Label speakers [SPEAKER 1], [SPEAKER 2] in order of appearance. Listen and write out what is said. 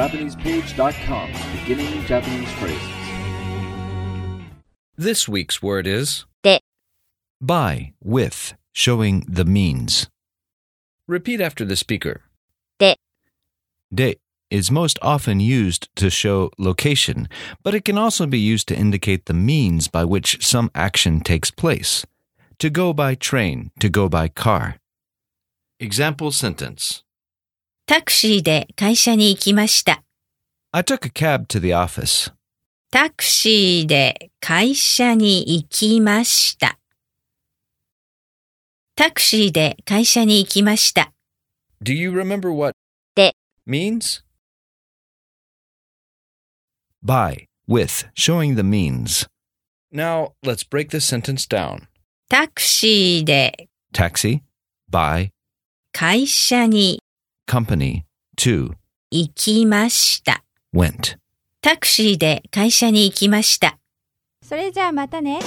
[SPEAKER 1] JapanesePage.com, beginning Japanese phrases.
[SPEAKER 2] This week's word is
[SPEAKER 3] で、
[SPEAKER 4] By, with, showing the means.
[SPEAKER 2] repeat after the speaker.
[SPEAKER 3] で、
[SPEAKER 4] De is most often used to show location, but it can also be used to indicate the means by which some action takes place. To go by train, to go by car. Example sentence
[SPEAKER 5] タクシーで会社に行きました。
[SPEAKER 4] I took a cab to the office.
[SPEAKER 5] タクシーで会社に行きました。タクシーで会社に行きました。
[SPEAKER 2] Do you remember what
[SPEAKER 3] で、
[SPEAKER 2] means?
[SPEAKER 4] By, with, showing the means.
[SPEAKER 2] Now, let's break this sentence down.
[SPEAKER 5] タクシーで
[SPEAKER 4] Taxi, by,
[SPEAKER 5] 会社に
[SPEAKER 4] company, to,
[SPEAKER 5] 行きました。
[SPEAKER 4] went.
[SPEAKER 5] タクシーで会社に行きました。
[SPEAKER 3] それじゃあまたね。